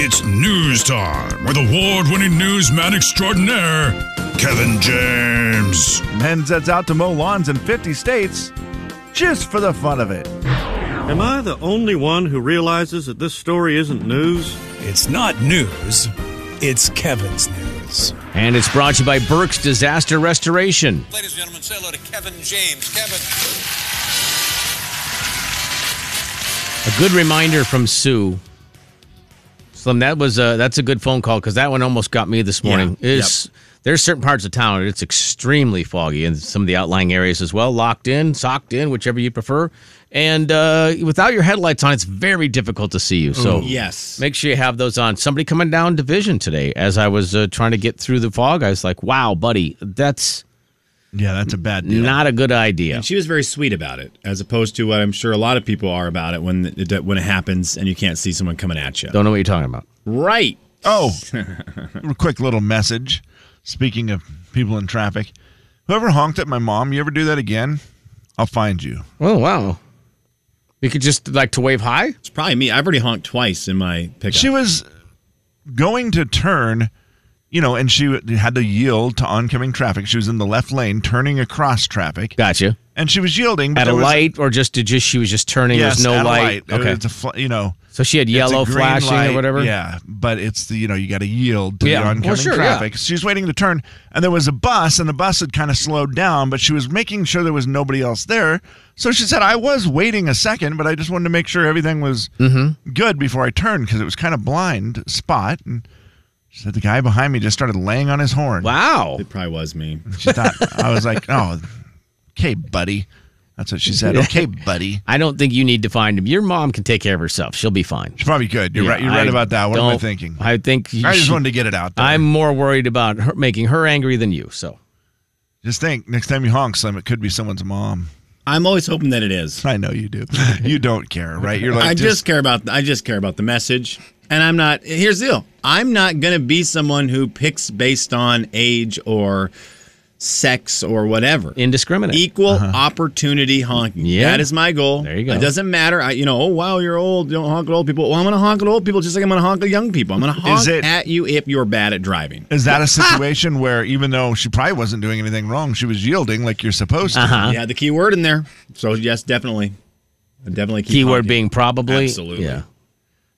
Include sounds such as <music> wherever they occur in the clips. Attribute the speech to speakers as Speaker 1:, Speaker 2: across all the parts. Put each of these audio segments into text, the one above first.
Speaker 1: It's news time with award winning newsman extraordinaire, Kevin James.
Speaker 2: Men sets out to mow lawns in 50 states just for the fun of it.
Speaker 3: Am I the only one who realizes that this story isn't news?
Speaker 4: It's not news, it's Kevin's news.
Speaker 5: And it's brought to you by Burke's Disaster Restoration.
Speaker 6: Ladies and gentlemen, say hello to Kevin James. Kevin.
Speaker 5: A good reminder from Sue. Slim, that was a, that's a good phone call because that one almost got me this morning.
Speaker 3: Yeah,
Speaker 5: It's- There's certain parts of town where it's extremely foggy, and some of the outlying areas as well. Locked in, socked in, whichever you prefer. And uh, without your headlights on, it's very difficult to see you. So
Speaker 4: Yes.
Speaker 5: Make sure you have those on. Somebody coming down division today. As I was uh, trying to get through the fog, I was like, "Wow, buddy, that's
Speaker 4: Yeah, that's a bad deal.
Speaker 5: not a good idea."
Speaker 7: And she was very sweet about it, as opposed to what I'm sure a lot of people are about it when it, when it happens and you can't see someone coming at you.
Speaker 5: Don't know what you're talking about.
Speaker 7: Right.
Speaker 2: Oh, <laughs> a quick little message. Speaking of people in traffic, whoever honked at my mom, you ever do that again? I'll find you.
Speaker 5: Oh wow! You could just like to wave high.
Speaker 7: It's probably me. I've already honked twice in my pickup.
Speaker 2: She was going to turn, you know, and she had to yield to oncoming traffic. She was in the left lane, turning across traffic,
Speaker 5: Gotcha.
Speaker 2: and she was yielding but
Speaker 5: At a
Speaker 2: there was-
Speaker 5: light, or just to just she was just turning.
Speaker 2: Yes,
Speaker 5: There's no
Speaker 2: at a
Speaker 5: light.
Speaker 2: Okay,
Speaker 5: Okay.
Speaker 2: it's a fl- you know
Speaker 5: so she had
Speaker 2: it's a
Speaker 5: yellow
Speaker 2: green
Speaker 5: flashing
Speaker 2: light.
Speaker 5: or whatever.
Speaker 2: Yeah, but it's the you know you got to yield to
Speaker 5: Yeah.
Speaker 2: the
Speaker 5: Well,
Speaker 2: oncoming
Speaker 5: sure, yeah.
Speaker 2: traffic. She's waiting to turn, and there was a bus, and the bus had kind of slowed down, but she was making sure there was nobody else there. So she said, "I was waiting a second, but I just wanted to make sure everything was
Speaker 5: Mm-hmm.
Speaker 2: good before I turned because it was kind of blind spot." And she said the guy behind me just started laying on his horn.
Speaker 5: Wow.
Speaker 7: It probably was me.
Speaker 2: She thought I was like, "Oh, okay, buddy." That's what she said. Okay, buddy.
Speaker 5: I don't think you need to find him. Your mom can take care of herself. She'll be fine.
Speaker 2: She's probably good. You're
Speaker 5: Yeah,
Speaker 2: right. You're right
Speaker 5: I
Speaker 2: about that. What am I
Speaker 5: don't-
Speaker 2: thinking? I,
Speaker 5: I think you
Speaker 2: just
Speaker 5: should-
Speaker 2: wanted to get it out. There.
Speaker 5: I'm more worried about her, making her angry than you. So
Speaker 2: Just think, next time you honk, Slim, it could be someone's mom.
Speaker 7: I'm always hoping that it is.
Speaker 2: I know you do. You don't care, right? You're like,
Speaker 7: I just care about I just care about the message, and I'm not. Here's the deal. I'm not gonna be someone who picks based on age or sex or whatever.
Speaker 5: indiscriminate.
Speaker 7: Equal opportunity honking.
Speaker 5: Uh-huh. Yeah.
Speaker 7: That is my goal.
Speaker 5: There you go.
Speaker 7: It doesn't matter. I, you know, oh, wow, you're old. You don't honk at old people. Well, I'm going to honk at old people just like I'm going to honk at young people. I'm going to honk
Speaker 2: it-
Speaker 7: at you if you're bad at driving.
Speaker 2: is that a situation where even though she probably wasn't doing anything wrong, she was yielding like you're supposed to?
Speaker 5: Uh-huh.
Speaker 7: You had the key word in there. So, yes, definitely. I definitely keep
Speaker 5: Keyword
Speaker 7: honking.
Speaker 5: being probably.
Speaker 7: Absolutely.
Speaker 5: Yeah.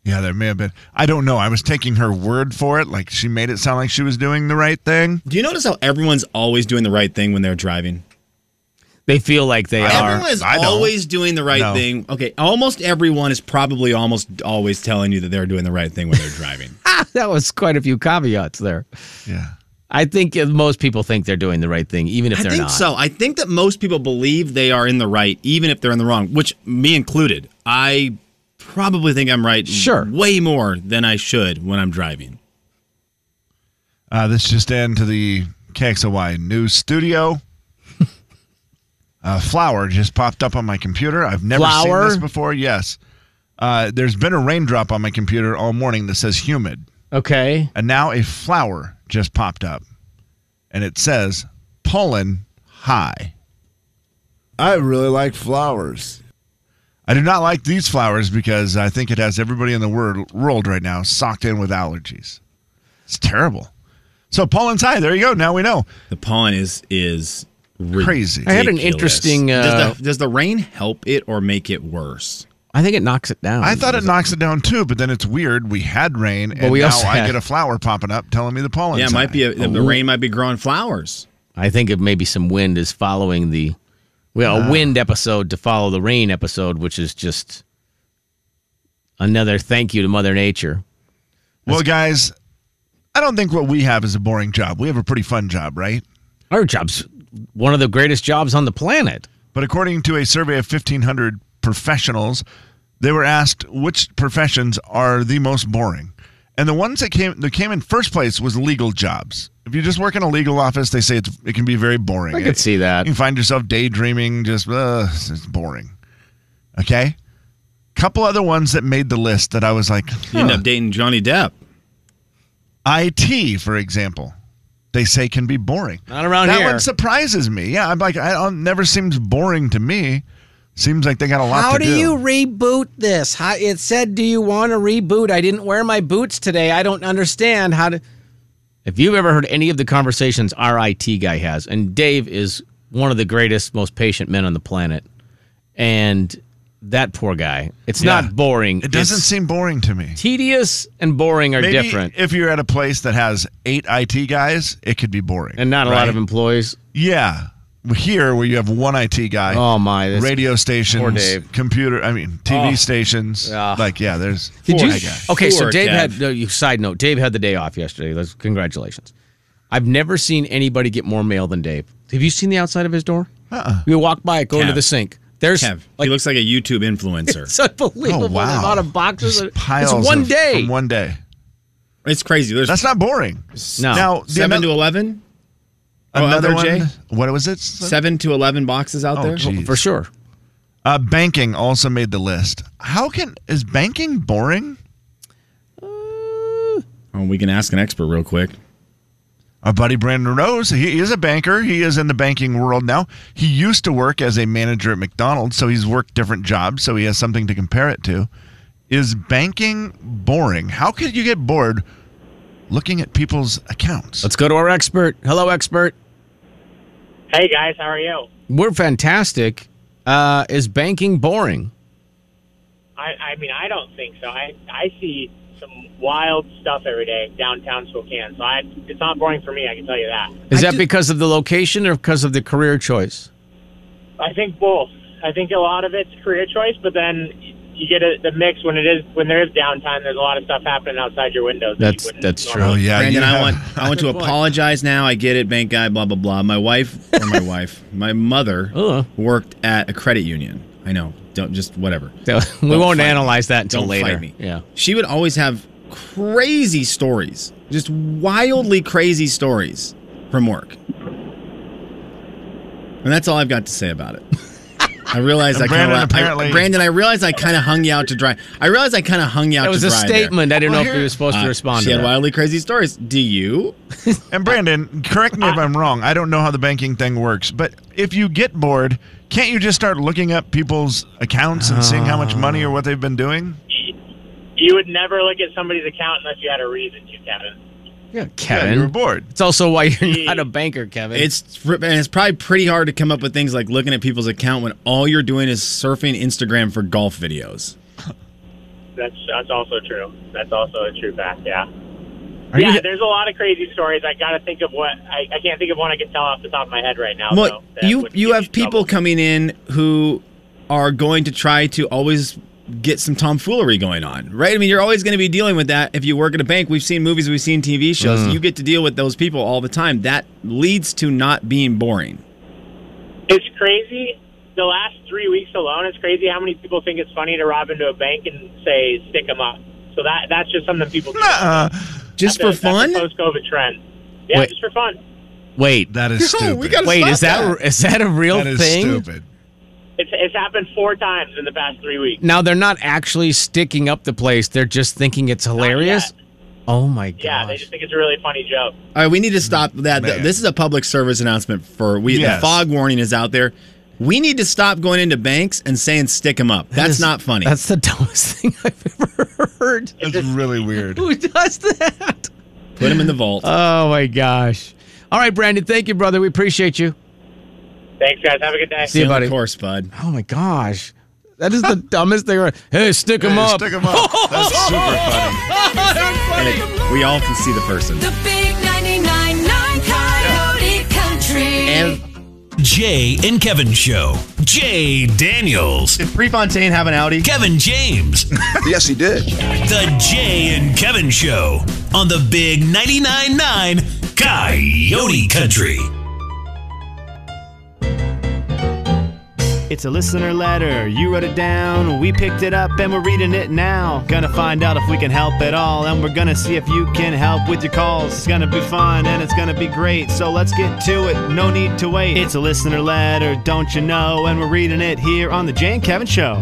Speaker 2: Yeah, there may have been. I don't know. I was taking her word for it. Like she made it sound like she was doing the right thing.
Speaker 7: Do you notice how everyone's always doing the right thing when they're driving?
Speaker 5: They feel like they are.
Speaker 7: Everyone is
Speaker 2: I don't.
Speaker 7: always doing the right
Speaker 2: No.
Speaker 7: thing. Okay, almost everyone is probably almost always telling you that they're doing the right thing when they're <laughs> driving.
Speaker 5: <laughs> that was quite a few caveats there.
Speaker 2: Yeah.
Speaker 5: I think most people think they're doing the right thing, even if
Speaker 7: I
Speaker 5: they're
Speaker 7: think
Speaker 5: not.
Speaker 7: so. I think that most people believe they are in the right, even if they're in the wrong, which me included. I probably think I'm right
Speaker 5: Sure.
Speaker 7: way more than I should when I'm driving.
Speaker 2: Uh, this just in to the KXOY news studio. uh, flower just popped up on my computer. I've never
Speaker 5: Flower?
Speaker 2: seen this before. Yes. Uh, there's been a raindrop on my computer all morning that says humid.
Speaker 5: Okay.
Speaker 2: And now a flower just popped up and it says pollen high.
Speaker 8: I really like flowers.
Speaker 2: I do not like these flowers because I think it has everybody in the wor- world right now socked in with allergies. It's terrible. So pollen's high. There you go. Now we know.
Speaker 7: The pollen is is ridiculous.
Speaker 2: Crazy.
Speaker 5: I had an interesting. Uh,
Speaker 7: does, the, does the rain help it or make it worse?
Speaker 5: I think it knocks it down.
Speaker 2: I thought it knocks it down too, but then it's weird. We had rain, and
Speaker 5: we
Speaker 2: now
Speaker 5: also
Speaker 2: I
Speaker 5: had-
Speaker 2: get a flower popping up telling me the pollen.
Speaker 7: yeah, it might be a, the, the rain might be growing flowers.
Speaker 5: I think it maybe some wind is following the, well, a wind episode to follow the rain episode, which is just another thank you to Mother Nature.
Speaker 2: well, guys. I don't think what we have is a boring job. We have a pretty fun job, right?
Speaker 5: Our job's one of the greatest jobs on the planet.
Speaker 2: But according to a survey of 1,500 professionals, they were asked which professions are the most boring. And the ones that came that came in first place was legal jobs. If you just work in a legal office, they say it's, it can be very boring.
Speaker 5: I could see that.
Speaker 2: You can find yourself daydreaming, just uh, it's boring. Okay, couple other ones that made the list that I was like,
Speaker 7: You end up dating Johnny Depp.
Speaker 2: IT, for example, they say can be boring.
Speaker 5: Not around
Speaker 2: that
Speaker 5: here.
Speaker 2: one surprises me. Yeah, I'm like, I, it never seems boring to me. Seems like they got a lot
Speaker 9: How
Speaker 2: to
Speaker 9: do you reboot this? How, it said, "Do you want to reboot?" I didn't wear my boots today. I don't understand how to.
Speaker 5: If you've ever heard any of the conversations our IT guy has, and Dave is one of the greatest, most patient men on the planet, and that poor guy, it's not boring.
Speaker 2: It doesn't
Speaker 5: It's
Speaker 2: seem boring to me.
Speaker 5: tedious and boring are
Speaker 2: Maybe
Speaker 5: different,
Speaker 2: if you're at a place that has eight IT guys, it could be boring.
Speaker 5: and not a lot of employees.
Speaker 2: yeah, here where you have one IT guy,
Speaker 5: Oh my! that's-
Speaker 2: radio stations,
Speaker 5: Dave.
Speaker 2: computer, I mean TV
Speaker 5: Oh.
Speaker 2: stations.
Speaker 5: Yeah.
Speaker 2: Like yeah, there's
Speaker 5: Did you?
Speaker 2: I guess.
Speaker 5: Okay, so
Speaker 7: Poor
Speaker 5: Dave
Speaker 7: Kev.
Speaker 5: had. No, you, side note: Dave had the day off yesterday. Let's, congratulations. I've never seen anybody get more mail than Dave. Have you seen the outside of his door? Uh-uh. You walk by it, go into
Speaker 7: Kev.
Speaker 5: the sink. There's
Speaker 7: Kev,
Speaker 5: like
Speaker 7: he looks like a YouTube influencer.
Speaker 5: it's unbelievable
Speaker 2: Oh, wow.
Speaker 5: the amount of boxes.
Speaker 2: Just
Speaker 5: that-
Speaker 2: piles
Speaker 5: it's one
Speaker 2: of-
Speaker 5: day.
Speaker 2: from one day.
Speaker 7: It's crazy. There's
Speaker 2: That's oh, not boring.
Speaker 5: no,
Speaker 2: Now the
Speaker 7: seven
Speaker 2: ano-
Speaker 7: to eleven. oh,
Speaker 2: another
Speaker 7: other
Speaker 2: one.
Speaker 7: Jay?
Speaker 2: What was it?
Speaker 7: Seven to eleven boxes out
Speaker 2: Oh,
Speaker 7: there.
Speaker 2: geez.
Speaker 5: for sure.
Speaker 2: Uh, banking also made the list. How can is banking boring?
Speaker 7: Oh, we can ask an expert real quick.
Speaker 2: Our buddy Brandon Rose, he is a banker. He is in the banking world now. He used to work as a manager at McDonald's, so he's worked different jobs, so he has something to compare it to. Is banking boring? How could you get bored looking at people's accounts?
Speaker 5: Let's go to our expert. Hello, expert.
Speaker 10: Hey guys, how are you?
Speaker 5: We're fantastic. Uh, is banking boring?
Speaker 10: I, I mean, I don't think so. I I see some wild stuff every day downtown Spokane, so I, it's not boring for me. I can tell you that.
Speaker 5: Is
Speaker 9: I
Speaker 5: that
Speaker 9: do-
Speaker 5: because of the location or because of the career choice? <laughs>
Speaker 10: I think both. I think a lot of it's career choice, but then you get a, the mix when it is when there is downtime. There's a lot of stuff happening outside your windows. that you
Speaker 5: That's-
Speaker 10: wouldn't
Speaker 5: that's
Speaker 10: normally
Speaker 5: true.
Speaker 2: Oh, yeah,
Speaker 7: Brandon,
Speaker 2: you
Speaker 7: I
Speaker 2: have-
Speaker 7: want I
Speaker 2: <laughs>
Speaker 7: want to apologize now. I get it, bank guy, blah blah blah. My wife or
Speaker 2: <laughs>
Speaker 7: my wife, my mother
Speaker 5: Ugh.
Speaker 7: worked at a credit union. I know. Don't just whatever.
Speaker 5: we
Speaker 7: Don't
Speaker 5: won't
Speaker 7: fight
Speaker 5: analyze that until
Speaker 7: Don't
Speaker 5: later.
Speaker 7: fight me.
Speaker 5: Yeah.
Speaker 7: She would always have crazy stories, just wildly crazy stories from work. And that's all I've got to say
Speaker 2: <laughs>
Speaker 7: about it. I realized
Speaker 2: And
Speaker 7: I kind
Speaker 2: Brandon
Speaker 7: of
Speaker 2: apparently-
Speaker 7: Brandon. I realized I kind of hung you out to dry. I realized I kind of hung you out
Speaker 5: That
Speaker 7: to
Speaker 5: was
Speaker 7: dry.
Speaker 5: a
Speaker 7: there.
Speaker 5: statement. I didn't
Speaker 2: Well,
Speaker 5: know if he
Speaker 2: here-
Speaker 5: was supposed
Speaker 7: Uh,
Speaker 5: to respond
Speaker 7: She
Speaker 5: to
Speaker 7: had
Speaker 5: that.
Speaker 7: wildly crazy stories. Do you?
Speaker 2: And Brandon, correct me if I'm wrong. I don't know how the banking thing works, but if you get bored, can't you just start looking up people's accounts and seeing how much money or what they've been doing?
Speaker 10: You would never look at somebody's account unless you had a reason to, Kevin.
Speaker 5: Yeah,
Speaker 2: Yeah,
Speaker 5: Kevin.
Speaker 2: you were bored.
Speaker 5: it's also why you're not a banker, Kevin.
Speaker 7: It's fr- and it's probably pretty hard to come up with things like looking at people's account when all you're doing is surfing Instagram for golf videos.
Speaker 10: That's that's also true. That's also a true fact. Yeah.
Speaker 5: Are
Speaker 10: yeah,
Speaker 5: you-
Speaker 10: there's a lot of crazy stories. I gotta think of what I, I can't think of one I can tell off the top of my head right now.
Speaker 7: Well,
Speaker 10: though, Oh, that
Speaker 7: you
Speaker 10: would
Speaker 7: you
Speaker 10: give
Speaker 7: have
Speaker 10: me trouble.
Speaker 7: people coming in who are going to try to always get some tomfoolery going on, right? I mean, you're always going to be dealing with that if you work at a bank. We've seen movies, we've seen TV shows.
Speaker 5: Mm.
Speaker 7: You get to deal with those people all the time. That leads to not being boring.
Speaker 10: It's crazy. The last three weeks alone, it's crazy how many people think it's funny to rob into a bank and say stick 'em up. So that that's just something people do.
Speaker 2: Uh,
Speaker 7: Just for fun?
Speaker 10: Post COVID trend. Yeah,
Speaker 5: Wait.
Speaker 10: just for fun.
Speaker 5: wait,
Speaker 2: that is stupid.
Speaker 5: wait. Is that, is that a real
Speaker 2: that is
Speaker 5: thing?
Speaker 2: stupid.
Speaker 10: It's it's happened four times in the past three weeks.
Speaker 5: Now they're not actually sticking up the place; they're just thinking it's hilarious. Oh my gosh!
Speaker 10: Yeah, they just think it's a really funny joke.
Speaker 7: All right, we need to stop that.
Speaker 2: Mm-hmm. Man.
Speaker 7: This is a public service announcement for we.
Speaker 2: Yes.
Speaker 7: The fog warning is out there. We need to stop going into banks and saying stick them up. That's
Speaker 5: is-
Speaker 7: not funny.
Speaker 5: That's the <laughs> dumbest thing I've ever heard.
Speaker 2: That's really weird.
Speaker 5: Who does that?
Speaker 7: Put them in the <laughs> vault.
Speaker 5: Oh my gosh! All right, Brandon. Thank you, brother. We appreciate you.
Speaker 10: Thanks, guys. Have a good day.
Speaker 5: See you, buddy.
Speaker 7: Of course, bud.
Speaker 5: Oh my gosh, that is the <laughs> dumbest thing. Ever. Hey, stick them
Speaker 2: Hey,
Speaker 5: up.
Speaker 2: Stick 'em up. That's <laughs> super funny.
Speaker 7: And we all can see the person.
Speaker 11: The big 99.9 Coyote Country.
Speaker 4: Jay and Kevin Show. Jay Daniels.
Speaker 7: Did Prefontaine have an Audi?
Speaker 4: Kevin James.
Speaker 8: Yes, he did.
Speaker 4: The Jay and Kevin Show on the Big 99.9 9 Coyote Country.
Speaker 10: It's a listener letter. You wrote it down. We picked it up and we're reading it now. Gonna find out if we can help at all. And we're gonna see if you can help with your calls. It's gonna be fun and it's gonna be great. So let's get to it. No need to wait. It's a listener letter, don't you know? And we're reading it here on The Jane Kevin Show.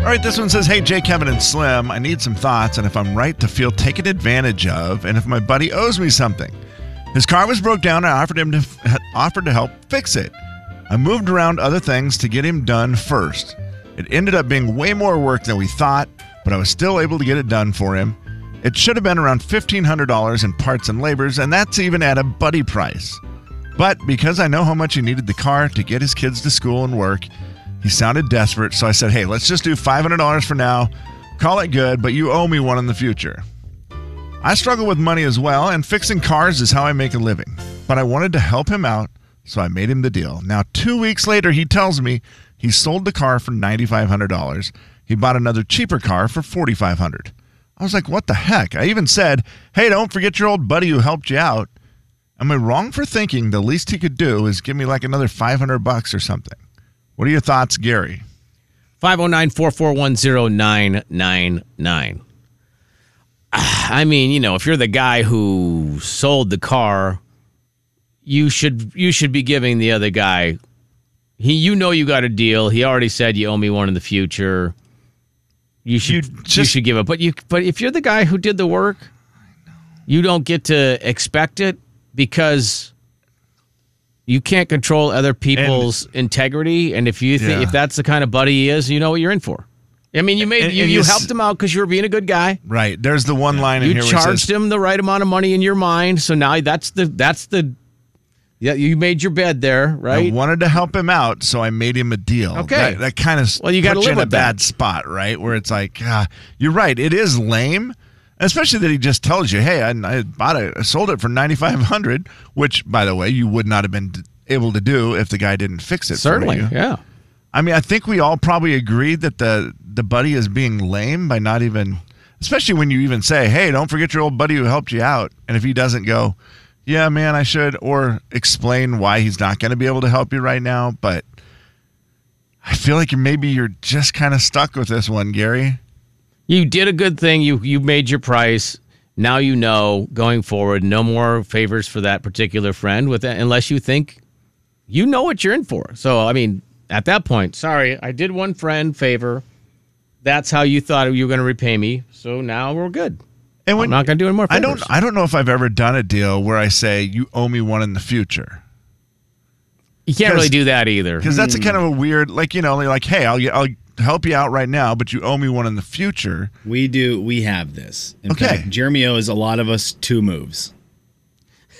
Speaker 2: All right, this one says, Hey, Jay, Kevin, and Slim, I need some thoughts on if I'm right to feel taken advantage of and if my buddy owes me something. His car was broke down and I offered him to, offered to help fix it. I moved around other things to get him done first. It ended up being way more work than we thought, but I was still able to get it done for him. It should have been around $1,500 in parts and labors, and that's even at a buddy price. But because I know how much he needed the car to get his kids to school and work, he sounded desperate, so I said, hey, let's just do $500 for now, call it good, but you owe me one in the future. I struggle with money as well, and fixing cars is how I make a living. But I wanted to help him out, so I made him the deal. Now, two weeks later, he tells me he sold the car for $9,500. He bought another cheaper car for $4,500. I was like, what the heck? I even said, hey, don't forget your old buddy who helped you out. Am I wrong for thinking the least he could do is give me like another 500 bucks or something? What are your thoughts, Gary?
Speaker 5: 509 441 999. I mean, you know, if you're the guy who sold the car, you should you should be giving the other guy he you know you got a deal. He already said you owe me one in the future. You should you, should give it. But you but if you're the guy who did the work, you don't get to expect it because you can't control other people's integrity and if you think
Speaker 2: Yeah.
Speaker 5: if that's the kind of buddy he is, you know what you're in for. I mean, you made
Speaker 2: And-
Speaker 5: you,
Speaker 2: and
Speaker 5: you
Speaker 2: you s-
Speaker 5: helped him out because you were being a good guy.
Speaker 2: Right. There's the one line in
Speaker 5: You
Speaker 2: here where it says,
Speaker 5: charged him the right amount of money in your mind, so now that's the that's the yeah you made your bed there,
Speaker 2: I
Speaker 5: right?
Speaker 2: wanted to help him out, so I made him a deal.
Speaker 5: Okay.
Speaker 2: That, that kind of
Speaker 5: Well, you gotta
Speaker 2: puts
Speaker 5: live
Speaker 2: in a
Speaker 5: with that.
Speaker 2: bad spot, right? Where it's like, ah, you're right. It is lame, especially that he just tells you, "Hey, I, I bought it, I sold it for ninety five hundred, which, by the way, you would not have been d- able to do if the guy didn't fix it. for
Speaker 5: Certainly,
Speaker 2: you.
Speaker 5: yeah.
Speaker 2: I mean, I think we all probably agreed that the the buddy is being lame by not even, especially when you even say, "Hey, don't forget your old buddy who helped you out," and if he doesn't go, "Yeah, man, I should," or explain why he's not going to be able to help you right now, but I feel like you maybe you're just kind of stuck with this one, Gary.
Speaker 5: You did a good thing. You you made your price. Now you know going forward, no more favors for that particular friend with unless you think you know what you're in for. So I mean, at that point, sorry, I did one friend favor. That's how you thought you were going to repay me. So now we're good.
Speaker 2: And
Speaker 5: I'm not going to do any more.
Speaker 2: I
Speaker 5: Favors.
Speaker 2: don't I don't know if I've ever done a deal where I say you owe me one in the future.
Speaker 5: You can't really
Speaker 2: 'Cause-
Speaker 5: do that either.
Speaker 2: because that's a kind of a weird like you know like hey I'll I'll help you out right now but you owe me one in the future
Speaker 7: we do we have this In
Speaker 2: okay
Speaker 7: fact, Jeremy owes a lot of us two moves.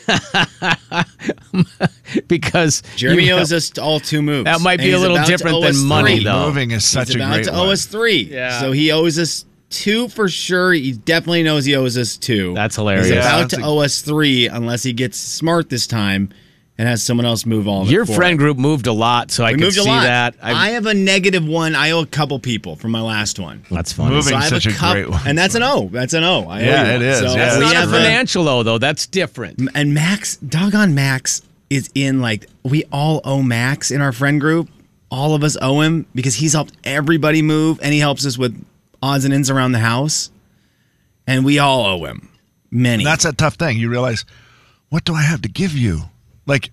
Speaker 5: <laughs> because
Speaker 7: Jeremy
Speaker 5: you-
Speaker 7: owes us all two moves.
Speaker 5: That might
Speaker 7: And
Speaker 5: be a
Speaker 7: he's
Speaker 5: little
Speaker 7: about to
Speaker 5: different
Speaker 7: owe
Speaker 5: than
Speaker 7: us
Speaker 5: money,
Speaker 7: three.
Speaker 5: though.
Speaker 2: Moving is such
Speaker 7: he's
Speaker 2: a
Speaker 7: about
Speaker 2: great
Speaker 7: to owe
Speaker 2: one.
Speaker 7: us three.
Speaker 5: Yeah.
Speaker 7: So he owes us two for sure. He definitely knows he owes us two.
Speaker 5: That's hilarious.
Speaker 7: He's
Speaker 5: Yeah,
Speaker 7: about
Speaker 2: that's
Speaker 7: to
Speaker 2: a-
Speaker 7: owe us three unless he gets smart this time and has someone else move all of it
Speaker 5: Your
Speaker 7: for
Speaker 5: friend
Speaker 7: him.
Speaker 5: group moved a lot, so I
Speaker 7: We
Speaker 5: could
Speaker 7: moved
Speaker 5: see
Speaker 7: a lot.
Speaker 5: that.
Speaker 7: I, have a negative one. I owe a couple people from my last one.
Speaker 5: that's funny.
Speaker 2: Moving
Speaker 7: I have
Speaker 2: such a
Speaker 7: cup-
Speaker 2: great one.
Speaker 7: and that's an O. That's an O. I owe
Speaker 2: Yeah,
Speaker 7: you
Speaker 2: it
Speaker 7: one.
Speaker 2: is.
Speaker 7: So
Speaker 2: Yeah,
Speaker 5: That's
Speaker 7: we
Speaker 5: not a
Speaker 7: have
Speaker 5: financial O though. That's different.
Speaker 7: and Max, doggone Max is in like we all owe Max in our friend group. All of us owe him because he's helped everybody move and he helps us with odds and ends around the house. And we all owe him many.
Speaker 2: And that's a tough thing you realize what do I have to give you like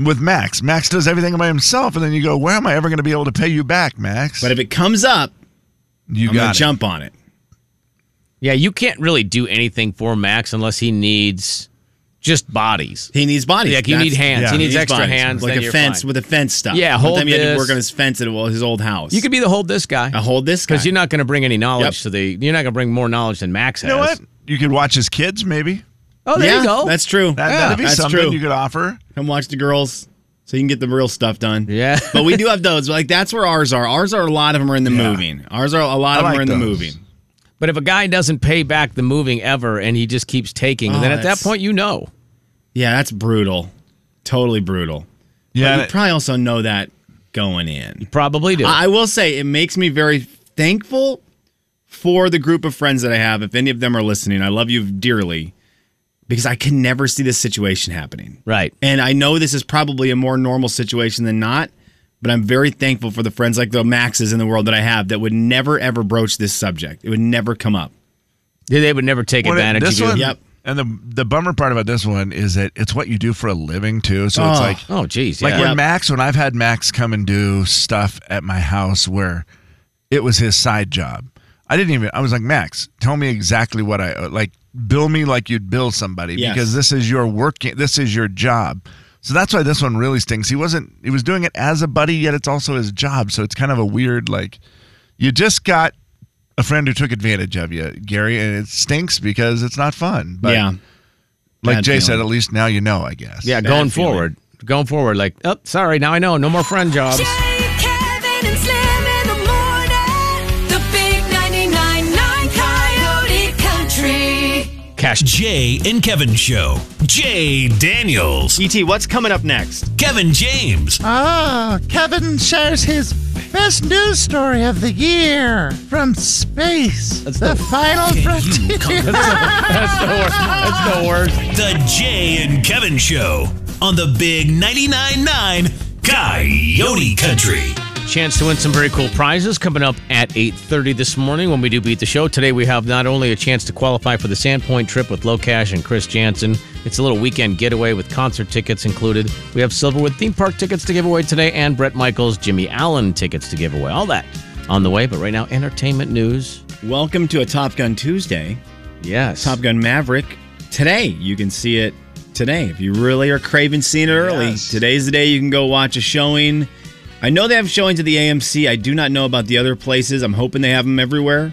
Speaker 2: with Max Max does everything by himself and then you go where am I ever going to be able to pay you back Max
Speaker 7: but if it comes up,
Speaker 2: you
Speaker 7: I'm gonna
Speaker 2: got it.
Speaker 7: jump on it.
Speaker 5: Yeah, you can't really do anything for Max unless he needs just bodies.
Speaker 7: He needs bodies.
Speaker 5: Yeah, you
Speaker 7: That's-
Speaker 5: need hands.
Speaker 2: yeah.
Speaker 5: He needs extra
Speaker 7: bodies.
Speaker 5: hands,
Speaker 7: like
Speaker 5: then
Speaker 7: a
Speaker 5: you're
Speaker 7: fence
Speaker 5: fine.
Speaker 7: with a fence stuff.
Speaker 5: Yeah,
Speaker 7: One
Speaker 5: hold
Speaker 7: time he had to
Speaker 5: this.
Speaker 7: work on his fence at his old house.
Speaker 5: You could be the hold this guy
Speaker 7: I hold this guy.
Speaker 5: because you're not going to bring any knowledge
Speaker 7: Yep.
Speaker 5: to the. You're not going to bring more knowledge than Max
Speaker 2: you
Speaker 5: has.
Speaker 2: know what you could watch his kids maybe
Speaker 5: Oh, there
Speaker 7: yeah,
Speaker 5: you go.
Speaker 7: That's true.
Speaker 2: that,
Speaker 7: yeah,
Speaker 2: that'd be
Speaker 7: that's
Speaker 2: something
Speaker 7: true.
Speaker 2: you could offer
Speaker 7: Come watch the girls so you can get the real stuff done.
Speaker 5: Yeah.
Speaker 7: but we do have those. Like that's where ours are. Ours are a lot of them are in the moving. Ours are a lot
Speaker 2: I
Speaker 7: of them
Speaker 2: like
Speaker 7: are in the
Speaker 2: those.
Speaker 7: moving.
Speaker 5: but if a guy doesn't pay back the moving ever and he just keeps taking,
Speaker 7: Oh,
Speaker 5: then at that
Speaker 7: that's-
Speaker 5: point you know.
Speaker 7: Yeah, that's brutal. Totally brutal. But
Speaker 2: yeah
Speaker 7: you probably also know that going in.
Speaker 5: Probably do.
Speaker 7: I I will say it makes me very thankful for the group of friends that I have. If any of them are listening, I love you dearly because I can never see this situation happening.
Speaker 5: right.
Speaker 7: And I know this is probably a more normal situation than not, but I'm very thankful for the friends like the Maxes in the world that I have that would never ever broach this subject. It would never come up.
Speaker 5: They- They would never take
Speaker 2: Well,
Speaker 5: advantage
Speaker 2: this
Speaker 5: of you.
Speaker 2: one
Speaker 7: Yep.
Speaker 2: and the the bummer part about this one is that it's what you do for a living too so it's
Speaker 7: Oh.
Speaker 2: like
Speaker 5: Oh, geez. Yeah.
Speaker 2: Like when
Speaker 7: Yep.
Speaker 2: Max, when I've had Max come and do stuff at my house where it was his side job, I didn't even, I was like, Max, tell me exactly what uh, I owe. Like, bill me like you'd bill somebody
Speaker 7: Yes.
Speaker 2: because this is your working, this is your job. So that's why this one really stings. He wasn't he was doing it as a buddy, yet it's also his job. So it's kind of a weird like you just got a friend who took advantage of you, Gary, and it stinks because it's not fun. But
Speaker 7: Yeah.
Speaker 2: like
Speaker 5: Bad
Speaker 2: Jay
Speaker 5: feeling.
Speaker 2: said, at least now you know, I guess.
Speaker 5: Yeah, going forward. Going forward, like, oh, sorry, now I know. No more friend jobs.
Speaker 11: Kevin and Slim in the morning. The big 99.9 Coyote Country.
Speaker 4: Cash Jay and Kevin Show. Jay Daniels.
Speaker 10: ET, what's coming up next?
Speaker 4: Kevin James.
Speaker 12: Ah, Kevin shares his best news story of the year from space. the final
Speaker 7: <laughs>
Speaker 12: frontier.
Speaker 4: That's the worst. The Jay and Kevin Show on the Big 99.9 Coyote Country.
Speaker 5: Chance to win some very cool prizes coming up at 8.30 this morning when we do Beat the Show. Today we have not only a chance to qualify for the Sandpoint trip with Low Cash and Chris Jansen, it's a little weekend getaway with concert tickets included. We have Silverwood theme park tickets to give away today and Brett Michaels, Jimmy Allen tickets to give away. All that on the way, but right now, entertainment news.
Speaker 7: Welcome to a Top Gun Tuesday.
Speaker 5: Yes.
Speaker 7: Top Gun Maverick today. You can see it today. If you really are craving seeing it early, today's the day you can go watch a showing. I know they have showings at the AMC. I do not know about the other places. I'm hoping they have them everywhere.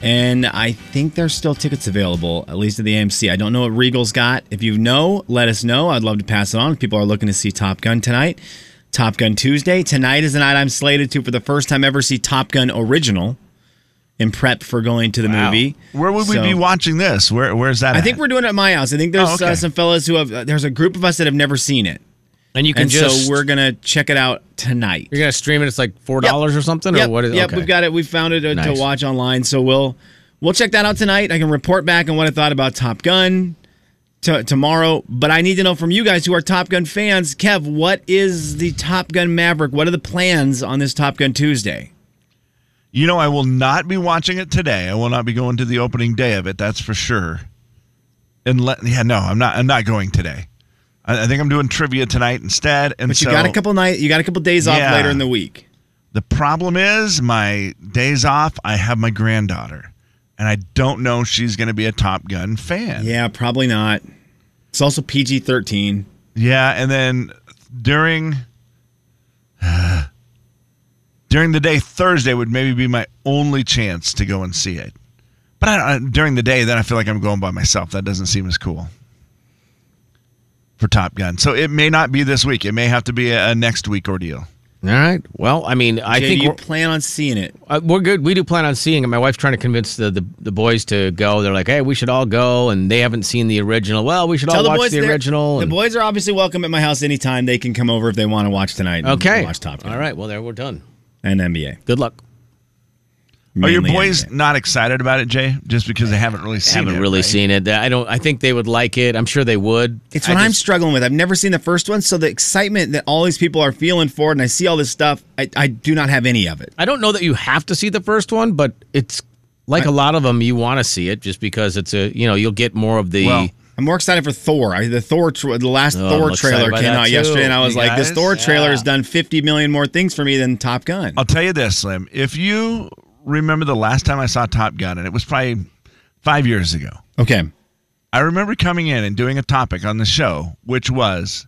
Speaker 7: And I think there's still tickets available, at least at the AMC. I don't know what Regal's got. If you know, let us know. I'd love to pass it on if people are looking to see Top Gun tonight. Top Gun Tuesday. Tonight is the night I'm slated to, for the first time ever, see Top Gun Original in prep for going to the movie.
Speaker 2: Where would we
Speaker 7: So-
Speaker 2: be watching this? Where where's that?
Speaker 7: I think we're doing it at my house. I think there's
Speaker 2: Oh, okay.
Speaker 7: uh, some fellas who have. Uh, there's a group of us that have never seen it,
Speaker 5: And you can just-
Speaker 7: so we're gonna check it out tonight.
Speaker 5: You're going to stream it. It's like $4 or something?
Speaker 7: Yep,
Speaker 5: Or what is
Speaker 7: yep,
Speaker 5: okay.
Speaker 7: we've got it. We found it uh,
Speaker 5: Nice.
Speaker 7: to watch online. So we'll we'll check that out tonight. I can report back on what I thought about Top Gun to tomorrow. But I need to know from you guys who are Top Gun fans, Kev, what is the Top Gun Maverick? What are the plans on this Top Gun Tuesday?
Speaker 2: You know, I will not be watching it today. I will not be going to the opening day of it. That's for sure. And let, yeah, no, I'm not. I'm not going today. I, I think I'm doing trivia tonight instead. And
Speaker 7: But you
Speaker 2: so-
Speaker 7: got a couple night. You got a couple days off
Speaker 2: Yeah.
Speaker 7: later in the week.
Speaker 2: The problem is my days off. I have my granddaughter, and I don't know if she's going to be a Top Gun fan.
Speaker 7: Yeah, probably not. It's also PG thirteen.
Speaker 2: Yeah, and then during <sighs> during the day Thursday would maybe be my only chance to go and see it. But I, I, during the day, then I feel like I'm going by myself. That doesn't seem as cool for Top Gun. So it may not be this week. It may have to be a, a next week ordeal.
Speaker 5: All right. Well, I mean, I
Speaker 7: Jay,
Speaker 5: think
Speaker 7: do you
Speaker 5: we're-
Speaker 7: plan on seeing it.
Speaker 5: Uh, we're good. We do plan on seeing it. My wife's trying to convince the, the, the boys to go. They're like, hey, we should all go. And they haven't seen the original. Well, we should all watch the,
Speaker 7: they're-
Speaker 5: original.
Speaker 7: The
Speaker 5: and-
Speaker 7: boys are obviously welcome at my house anytime. They can come over if they want to watch tonight. and
Speaker 5: okay.
Speaker 7: watch Top Gun
Speaker 5: All right. Well, there we're done.
Speaker 7: and NBA.
Speaker 5: Good luck.
Speaker 2: Are your
Speaker 5: Mainly
Speaker 2: boys not excited about it, Jay? Just because they haven't really seen
Speaker 5: haven't
Speaker 2: it,
Speaker 5: really
Speaker 2: right?
Speaker 5: seen it. I don't. I think they would like it. I'm sure they would.
Speaker 7: It's
Speaker 5: I
Speaker 7: what I'm
Speaker 5: just-
Speaker 7: struggling with. I've never seen the first one, so the excitement that all these people are feeling for it, and I see all this stuff, I, I do not have any of it.
Speaker 5: I don't know that you have to see the first one, but it's like a lot of them. You want to see it just because it's a. You know, you'll get more of the.
Speaker 7: Well, I'm more excited for Thor. I, the Thor, tra- the last
Speaker 5: Oh,
Speaker 7: Thor
Speaker 5: I'm excited
Speaker 7: trailer
Speaker 5: by
Speaker 7: came
Speaker 5: that
Speaker 7: out
Speaker 5: too.
Speaker 7: yesterday, and I was
Speaker 5: You
Speaker 7: like, this
Speaker 5: guys?
Speaker 7: Thor trailer has
Speaker 5: Yeah.
Speaker 7: done 50 million more things for me than Top Gun.
Speaker 2: I'll tell you this, Slim. If you remember the last time I saw Top Gun, and it was probably five years ago.
Speaker 7: Okay.
Speaker 2: I remember coming in and doing a topic on the show, which was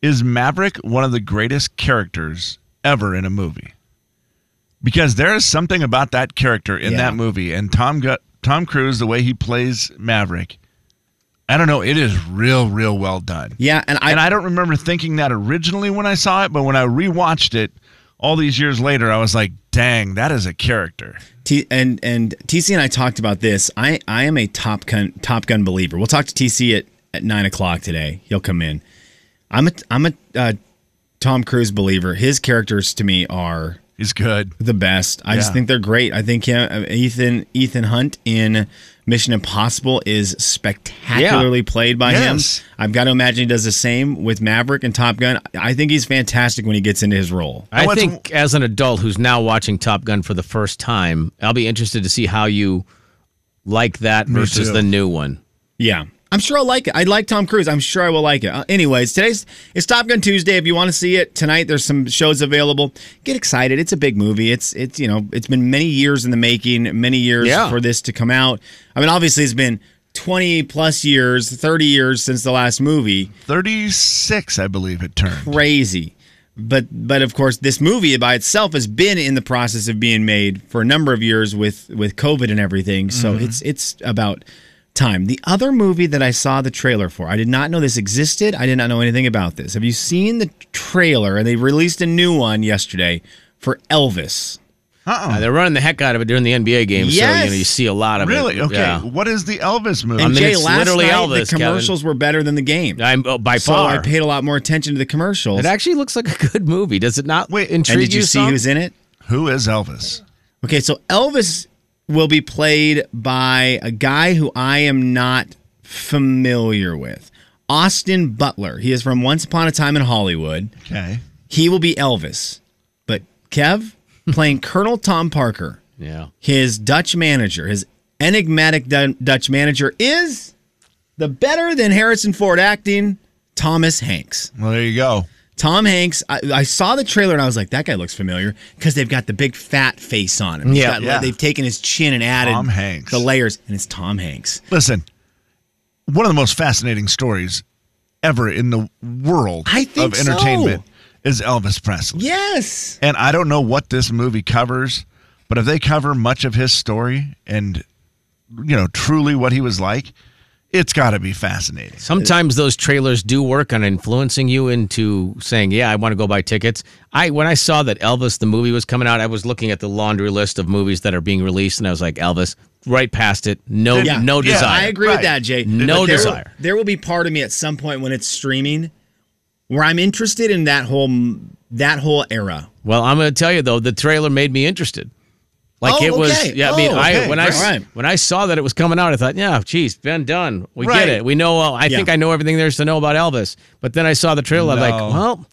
Speaker 2: Is Maverick one of the greatest characters ever in a movie? Because there is something about that character in
Speaker 1: Yeah.
Speaker 2: that movie, and Tom Gu- Tom Cruise, the way he plays Maverick, I don't know, it is real, real well done.
Speaker 7: Yeah, and I
Speaker 2: and I don't remember thinking that originally when I saw it, but when I rewatched it all these years later, I was like, "Dang, that is a character."
Speaker 7: T- and and TC and I talked about this. I I am a Top Gun Top Gun believer. We'll talk to TC at at nine o'clock today. He'll come in. I'm a I'm a uh, Tom Cruise believer. His characters to me are
Speaker 2: he's good,
Speaker 7: the best. I just
Speaker 13: Yeah.
Speaker 7: think they're great. I think yeah, Ethan Ethan Hunt in Mission Impossible is spectacularly played by
Speaker 13: Yes.
Speaker 7: him. I've got to imagine he does the same with Maverick and Top Gun. I think he's fantastic when he gets into his role.
Speaker 5: I think as an adult who's now watching Top Gun for the first time, I'll be interested to see how you like that
Speaker 7: Me
Speaker 5: versus
Speaker 7: too.
Speaker 5: the new one.
Speaker 7: Yeah. I'm sure I'll like it. I like Tom Cruise. I'm sure I will like it. Uh, anyways, today's it's Top Gun Tuesday. If you want to see it tonight, there's some shows available. Get excited! It's a big movie. It's it's you know it's been many years in the making, many years
Speaker 13: Yeah.
Speaker 7: for this to come out. I mean, obviously it's been 20 plus years, 30 years since the last movie.
Speaker 2: 36, I believe it turned.
Speaker 7: Crazy. But but of course this movie by itself has been in the process of being made for a number of years with with COVID and everything. So
Speaker 10: Mhm.
Speaker 5: Mm-hmm.
Speaker 7: it's it's about time. The other movie that I saw the trailer for. I did not know this existed. I did not know anything about this. Have you seen the trailer? And they released a new one yesterday for Elvis.
Speaker 2: Uh,
Speaker 5: they're running the heck out of it during the NBA game, so you, know, you
Speaker 7: Yes.
Speaker 5: see a lot of it.
Speaker 7: Really? Okay.
Speaker 5: Yeah.
Speaker 2: What is the Elvis movie?
Speaker 7: And
Speaker 5: I mean,
Speaker 7: Jay,
Speaker 5: it's
Speaker 7: last
Speaker 5: literally
Speaker 7: night,
Speaker 5: Elvis,
Speaker 7: the
Speaker 5: Kevin.
Speaker 7: commercials were better than the game.
Speaker 5: I'm oh, by
Speaker 7: so I
Speaker 5: far.
Speaker 7: paid a lot more attention to the commercials.
Speaker 5: It actually looks like a good movie. Does it not? Wait, intrigue
Speaker 7: and did you, see
Speaker 5: some?
Speaker 7: who's in it?
Speaker 2: Who is Elvis?
Speaker 7: Okay, so Elvis will be played by a guy who I am not familiar with. Austin Butler. He is from Once Upon a Time in Hollywood.
Speaker 2: Okay.
Speaker 7: He will be Elvis. But Kev playing Colonel Tom Parker.
Speaker 5: Yeah.
Speaker 7: His Dutch manager, his enigmatic Dun- Dutch manager is the better than Harrison Ford acting Thomas Hanks.
Speaker 2: Well, there you go.
Speaker 7: Tom Hanks, I, I saw the trailer and I was like, that guy looks familiar because they've got the big fat face on him. He's
Speaker 2: Yeah.
Speaker 7: got-
Speaker 2: Yeah.
Speaker 7: They've taken his chin and added
Speaker 2: Tom Hanks.
Speaker 7: the layers, and it's Tom Hanks.
Speaker 2: Listen, one of the most fascinating stories ever in the world
Speaker 7: I think
Speaker 2: of
Speaker 7: so.
Speaker 2: entertainment is Elvis Presley.
Speaker 7: Yes.
Speaker 2: And I don't know what this movie covers, but if they cover much of his story and you know truly what he was like, it's got to be fascinating.
Speaker 5: Sometimes those trailers do work on influencing you into saying, "Yeah, I want to go buy tickets." I when I saw that Elvis the movie was coming out, I was looking at the laundry list of movies that are being released, and I was like, "Elvis, right past it, no,
Speaker 7: Yeah.
Speaker 5: no
Speaker 7: Yeah,
Speaker 5: desire."
Speaker 7: I agree with that, Jay.
Speaker 5: No
Speaker 7: But there will-
Speaker 5: desire.
Speaker 7: there will be part of me at some point when it's streaming where I'm interested in that whole that whole era.
Speaker 5: Well, I'm going to tell you though, the trailer made me interested. Like
Speaker 7: Oh,
Speaker 5: it was,
Speaker 7: okay.
Speaker 5: yeah. I mean,
Speaker 7: Oh,
Speaker 5: I
Speaker 7: okay.
Speaker 5: when I s-
Speaker 7: Right.
Speaker 5: when I saw that it was coming out, I thought, yeah, geez, been done. We
Speaker 7: Right.
Speaker 5: get it. We know. Uh, I think I know everything there's to know about Elvis. But then I saw the trailer. I'm
Speaker 2: No. <laughs>
Speaker 5: like, well,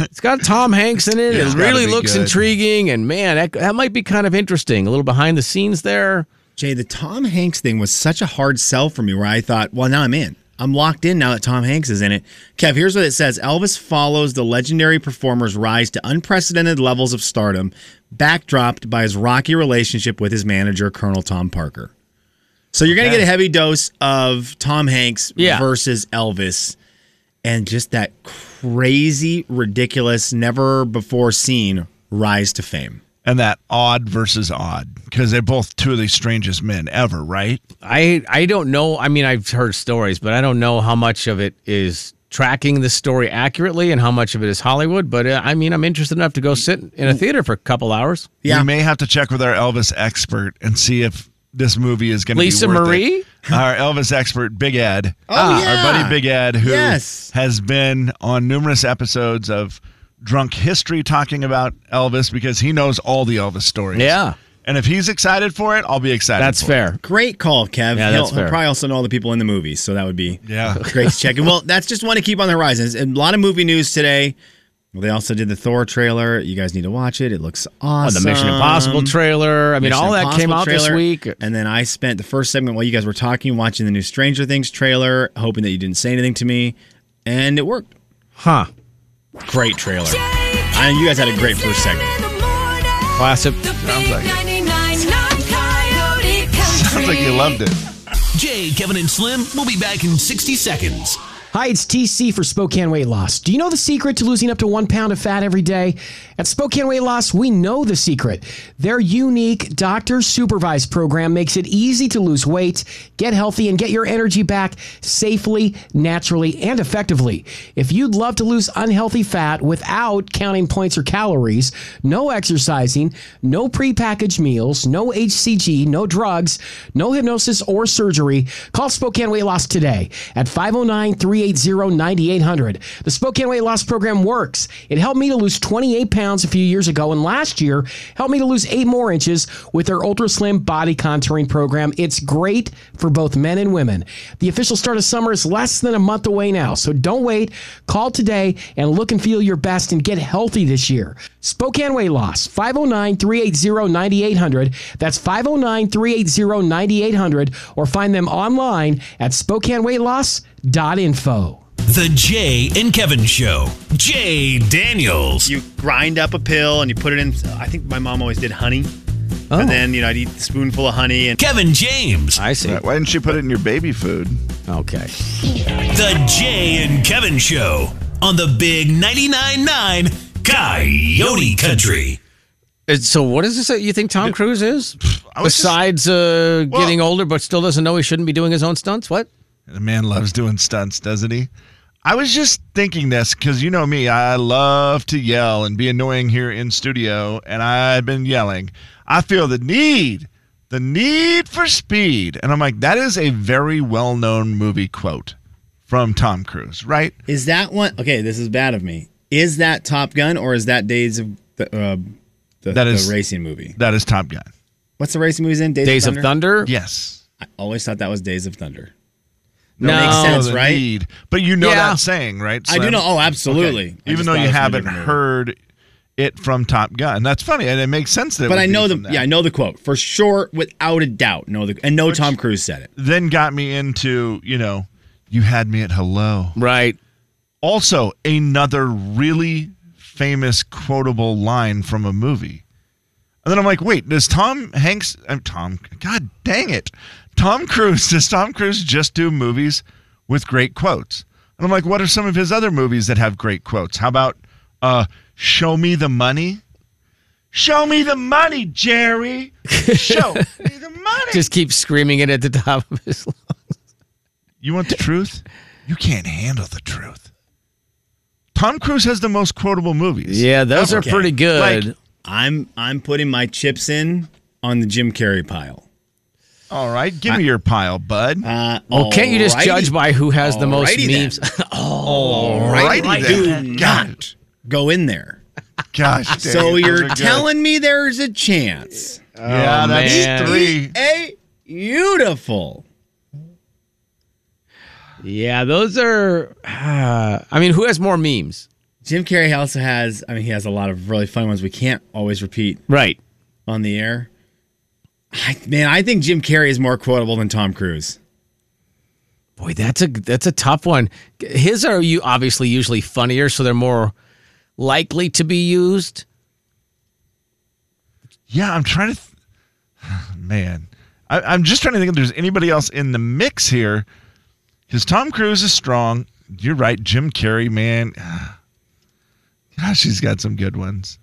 Speaker 5: it's got Tom Hanks in it.
Speaker 2: Yeah. It's
Speaker 5: it
Speaker 2: gotta
Speaker 5: really
Speaker 2: be
Speaker 5: looks
Speaker 2: good.
Speaker 5: intriguing. And man, that, that might be kind of interesting. A little behind the scenes there.
Speaker 7: Jay, the Tom Hanks thing was such a hard sell for me where I thought, well, now I'm in. I'm locked in now that Tom Hanks is in it. Kev, here's what it says Elvis follows the legendary performer's rise to unprecedented levels of stardom, backdropped by his rocky relationship with his manager, Colonel Tom Parker. So you're going to
Speaker 10: Okay.
Speaker 7: get a heavy dose of Tom Hanks
Speaker 10: Yeah.
Speaker 7: versus Elvis and just that crazy, ridiculous, never before seen rise to fame.
Speaker 2: And that odd versus odd because they're both two of the strangest men ever, right?
Speaker 5: I I don't know. I mean, I've heard stories, but I don't know how much of it is tracking the story accurately and how much of it is Hollywood. But uh, I mean, I'm interested enough to go sit in
Speaker 13: Mm.
Speaker 5: a theater for a couple hours.
Speaker 2: We may have to check with our Elvis expert and see if this movie is going to be
Speaker 5: Lisa
Speaker 2: worth it.
Speaker 5: Marie?
Speaker 2: <laughs> Our Elvis expert, Big Ed.
Speaker 5: Oh,
Speaker 2: Our
Speaker 5: yeah.
Speaker 2: buddy Big Ed, who
Speaker 5: Yes.
Speaker 2: has been on numerous episodes of Drunk History talking about Elvis because he knows all the Elvis stories.
Speaker 5: Yeah.
Speaker 2: And if he's excited for it, I'll be excited. for It.
Speaker 7: Great call, Kev.
Speaker 2: Yeah,
Speaker 7: he'll,
Speaker 2: that's
Speaker 7: he'll
Speaker 2: fair.
Speaker 7: probably also know all the people in the movies, so that would be
Speaker 2: yeah
Speaker 7: great to check. in. Well, that's just one to keep on the horizon. And A lot of movie news today. Well, they also did the Thor trailer. You guys need to watch it. It looks
Speaker 5: Oh,
Speaker 7: awesome.
Speaker 5: the Mission Impossible trailer. I mean, all that came
Speaker 7: Impossible
Speaker 5: out this
Speaker 7: trailer.
Speaker 5: week.
Speaker 7: And then I spent the first segment while you guys were talking, watching the new Stranger Things trailer, hoping that you didn't say anything to me, and it worked.
Speaker 5: Huh.
Speaker 7: Great trailer. I, you guys had a great first segment.
Speaker 5: Classic.
Speaker 7: Sounds like it.
Speaker 11: 99.9 Coyote Country.
Speaker 2: it.
Speaker 4: Jay, Kevin, and Slim will be back in 60 seconds.
Speaker 13: Hi, it's TC for Spokane Weight Loss. Do you know the secret to losing up to one pound of fat every day? At Spokane Weight Loss, we know the secret. Their unique doctor supervised program makes it easy to lose weight, get healthy, and get your energy back safely, naturally, and effectively. If you'd love to lose unhealthy fat without counting points or calories, no exercising, no prepackaged meals, no HCG, no drugs, no hypnosis or surgery, call Spokane Weight Loss today at 509 380 9800. The Spokane Weight Loss Program works. It helped me to lose 28 pounds a few years ago, and last year helped me to lose eight more inches with their Ultra Slim Body Contouring Program. It's great for both men and women. The official start of summer is less than a month away now, so don't wait. Call today and look and feel your best and get healthy this year. Spokane Weight Loss, 509 380 9800. That's 509 380 9800, or find them online at spokaneweightloss.info.
Speaker 4: The Jay and Kevin Show. Jay Daniels.
Speaker 7: You grind up a pill and you put it in. I think my mom always did honey.
Speaker 5: Oh.
Speaker 7: and then you know I'd eat a spoonful of honey and
Speaker 4: Kevin James.
Speaker 5: I see.
Speaker 2: Why didn't you put it in your baby food?
Speaker 5: Okay.
Speaker 4: The Jay and Kevin Show on the Big 99.9 9 Coyote Country.
Speaker 5: Uh, So what is this that you think Tom Cruise is?
Speaker 2: was
Speaker 5: Besides uh, getting older, but still doesn't know he shouldn't be doing his own stunts. What?
Speaker 2: The man loves doing stunts, doesn't he? I was just thinking this because you know me, I love to yell and be annoying here in studio, and I've been yelling. I feel the need, the need for speed. And I'm like, that is a very well known movie quote from Tom Cruise, right?
Speaker 7: Is that one? Okay, this is bad of me. Is that Top Gun or is that Days of the, uh, the,
Speaker 2: That
Speaker 7: the
Speaker 2: is-
Speaker 7: racing movie?
Speaker 2: That is Top Gun.
Speaker 7: What's the racing movie's in? Days,
Speaker 5: Days
Speaker 7: of
Speaker 5: of
Speaker 7: Thunder.
Speaker 5: Thunder?
Speaker 2: Yes.
Speaker 7: I always thought that was Days of Thunder.
Speaker 5: No.
Speaker 7: That makes sense,
Speaker 2: Feel the
Speaker 7: right?
Speaker 2: need. But you know
Speaker 7: Yeah.
Speaker 2: that saying, right?
Speaker 7: I do
Speaker 2: Slim?
Speaker 7: know- oh, absolutely. I
Speaker 2: Even
Speaker 7: just
Speaker 2: though
Speaker 7: thought
Speaker 2: you
Speaker 7: it was from a
Speaker 2: haven't
Speaker 7: different movie.
Speaker 2: heard it from Top Gun, that's funny, and it makes sense. That it
Speaker 7: but
Speaker 2: would
Speaker 7: I
Speaker 2: be
Speaker 7: know
Speaker 2: from
Speaker 7: the
Speaker 2: that.
Speaker 7: yeah I know the quote for sure without a doubt. No, the and no Tom Cruise said it.
Speaker 2: then got me into, you know, you had me at hello.
Speaker 5: Right.
Speaker 2: Also, another really famous quotable line from a movie. And then I'm like, wait, does Tom Hanks, I'm Tom, God dang it. Tom Cruise, does Tom Cruise just do movies with great quotes? And I'm like, what are some of his other movies that have great quotes? How about uh, Show Me the Money? Show me the money, Jerry. Show
Speaker 5: Just keep screaming it at the <laughs> top of his lungs.
Speaker 2: You want the truth? You can't handle the truth. Tom Cruise has the most quotable movies.
Speaker 7: Okay. Like, I'm I'm putting my chips in on the Jim Carrey pile.
Speaker 2: All right, give me your pile, bud.
Speaker 7: Uh,
Speaker 5: Well, can't you just
Speaker 7: alrighty.
Speaker 5: judge by who has the most
Speaker 7: Alrighty then.
Speaker 5: memes? <laughs>
Speaker 7: Alrighty
Speaker 5: Alrighty
Speaker 7: then.
Speaker 5: then.
Speaker 7: Do not go in there.
Speaker 2: Gosh, dang,
Speaker 7: so
Speaker 2: those are
Speaker 7: you're
Speaker 2: good.
Speaker 7: telling me there's a chance?
Speaker 2: Yeah, that's Oh, man. three.
Speaker 7: A beautiful.
Speaker 5: Yeah, those are. ah, I mean, who has more memes?
Speaker 7: Jim Carrey also has. I mean, he has a lot of really fun ones. We can't always repeat
Speaker 5: right
Speaker 7: on the air. I, man, I think Jim Carrey is more quotable than Tom Cruise.
Speaker 5: Boy, that's a that's a tough one. His are you obviously usually funnier, so they're more likely to be used.
Speaker 2: Yeah, I'm trying to. Th- <sighs> Man, I, I'm just trying to think if there's anybody else in the mix here. Because Tom Cruise is strong. You're right, Jim Carrey, man. <sighs> Gosh, he's got some good ones.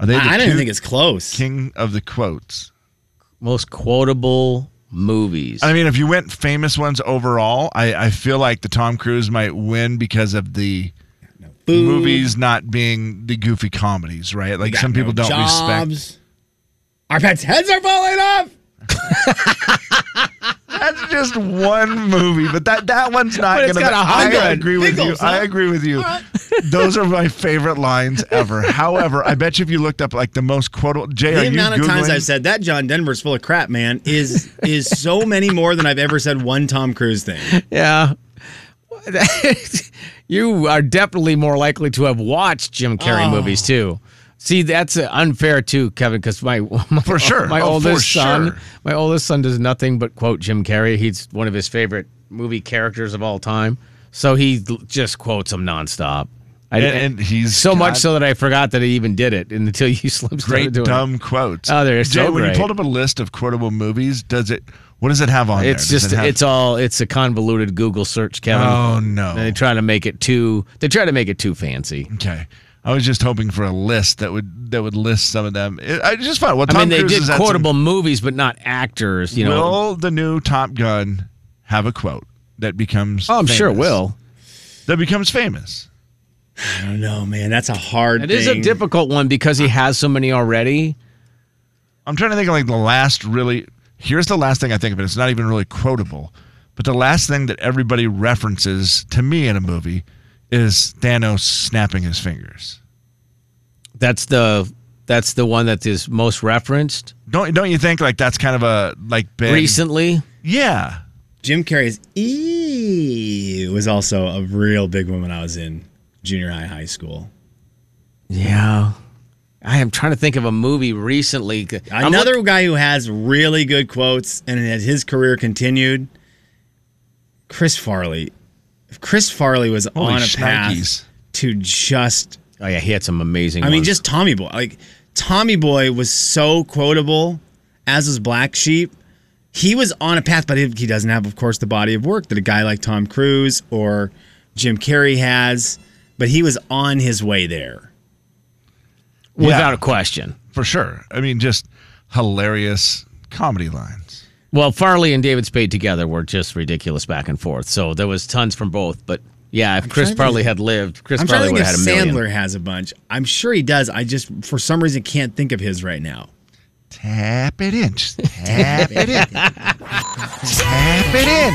Speaker 2: Are they?
Speaker 7: I-
Speaker 2: the
Speaker 7: I don't
Speaker 2: two
Speaker 7: think it's close.
Speaker 2: King of the quotes.
Speaker 5: Most quotable movies.
Speaker 2: I mean, if you went famous ones overall, I, I feel like the Tom Cruise might win because of the
Speaker 7: Boo.
Speaker 2: movies not being the goofy comedies, right? Like
Speaker 7: got
Speaker 2: some people
Speaker 7: no
Speaker 2: don't respect.
Speaker 7: jobs. Our pets' heads are falling off.
Speaker 2: That's just one movie, but that that one's not
Speaker 5: But
Speaker 2: going
Speaker 5: it's
Speaker 2: to.
Speaker 5: got a
Speaker 2: I
Speaker 5: hundred
Speaker 2: agree with you.
Speaker 5: giggles,
Speaker 2: I
Speaker 5: huh?
Speaker 2: agree with you. <laughs> Those are my favorite lines ever. However, I bet you if you looked up like the most quotable, Jay, are
Speaker 7: The
Speaker 2: you
Speaker 7: amount
Speaker 2: Googling?
Speaker 7: of times I've said that John Denver's full of crap, man, is is so many more than I've ever said one Tom Cruise thing.
Speaker 5: yeah, <laughs> you are definitely more likely to have watched Jim Carrey
Speaker 7: Oh.
Speaker 5: movies too. See, that's uh, unfair too, Kevin, because my, <laughs> my
Speaker 2: For sure.
Speaker 5: my
Speaker 2: Oh, for
Speaker 5: oldest son
Speaker 2: sure.
Speaker 5: my oldest son does nothing but quote Jim Carrey. He's one of his favorite movie characters of all time, so he l- just quotes him nonstop.
Speaker 2: And- and he's
Speaker 5: so much
Speaker 2: got-
Speaker 5: so that I forgot that he even did it until <laughs> you slipped
Speaker 2: great
Speaker 5: doing
Speaker 2: dumb
Speaker 5: it.
Speaker 2: quotes.
Speaker 5: Oh, they're
Speaker 2: Jay,
Speaker 5: so
Speaker 2: when
Speaker 5: great.
Speaker 2: you pulled up a list of quotable movies, does it? What does it have on
Speaker 5: It's
Speaker 2: there? Does
Speaker 5: just
Speaker 2: it have-
Speaker 5: it's all it's a convoluted Google search, Kevin.
Speaker 2: Oh, no.
Speaker 5: They try to make it too. They try to make it too fancy.
Speaker 2: Okay. I was just hoping for a list that would that would list some of them. It- I just found well, Tom
Speaker 5: I mean, they
Speaker 2: Cruise has
Speaker 5: did
Speaker 2: had
Speaker 5: quotable movies, but not actors.
Speaker 2: Some,
Speaker 5: You know,
Speaker 2: will the new Top Gun have a quote that becomes?
Speaker 5: Oh, I'm sure it
Speaker 2: famous?
Speaker 5: will.
Speaker 2: That becomes famous.
Speaker 7: I don't know, man. That's a hard.
Speaker 5: it is a
Speaker 7: thing.
Speaker 5: difficult one because he has so many already.
Speaker 2: I'm trying to think of like the last really. Here's the last thing I think of it. It's not even really quotable, but the last thing that everybody references to me in a movie is Thanos snapping his fingers.
Speaker 5: That's the that's the one that is most referenced
Speaker 2: Don't don't you think like that's kind of a like big
Speaker 5: recently.
Speaker 2: Yeah.
Speaker 7: Jim Carrey's "ee" was also a real big one when I was in junior high, high school.
Speaker 5: Yeah, I am trying to think of a movie recently. I'm
Speaker 7: Another
Speaker 5: look-
Speaker 7: guy who has really good quotes and has his career continued, Chris Farley. If Chris Farley was
Speaker 5: Holy
Speaker 7: on a
Speaker 5: shnikes.
Speaker 7: path to just
Speaker 5: oh yeah, he had some amazing.
Speaker 7: I mean,
Speaker 5: ones.
Speaker 7: just Tommy Boy. Like Tommy Boy was so quotable as his black sheep, he was on a path, but he he doesn't have, of course, the body of work that a guy like Tom Cruise or Jim Carrey has. But he was on his way there.
Speaker 5: Without a question.
Speaker 2: For sure. I mean, just hilarious comedy lines.
Speaker 5: Well, Farley and David Spade together were just ridiculous back and forth. So there was tons from both. But yeah, if Chris
Speaker 7: trying to
Speaker 5: Farley
Speaker 7: think-
Speaker 5: had lived, Chris
Speaker 7: I'm trying
Speaker 5: Farley
Speaker 7: to
Speaker 5: would
Speaker 7: think
Speaker 5: have had a
Speaker 7: if
Speaker 5: million.
Speaker 7: Sandler has a bunch. I'm sure he does. I just, for some reason, can't think of his right now.
Speaker 2: Tap it in. Just tap it in. tap it in.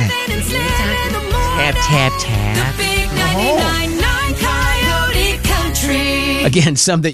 Speaker 11: Tap,
Speaker 5: tap, tap.
Speaker 11: Big 99.9 Coyote Country.
Speaker 5: Again, some that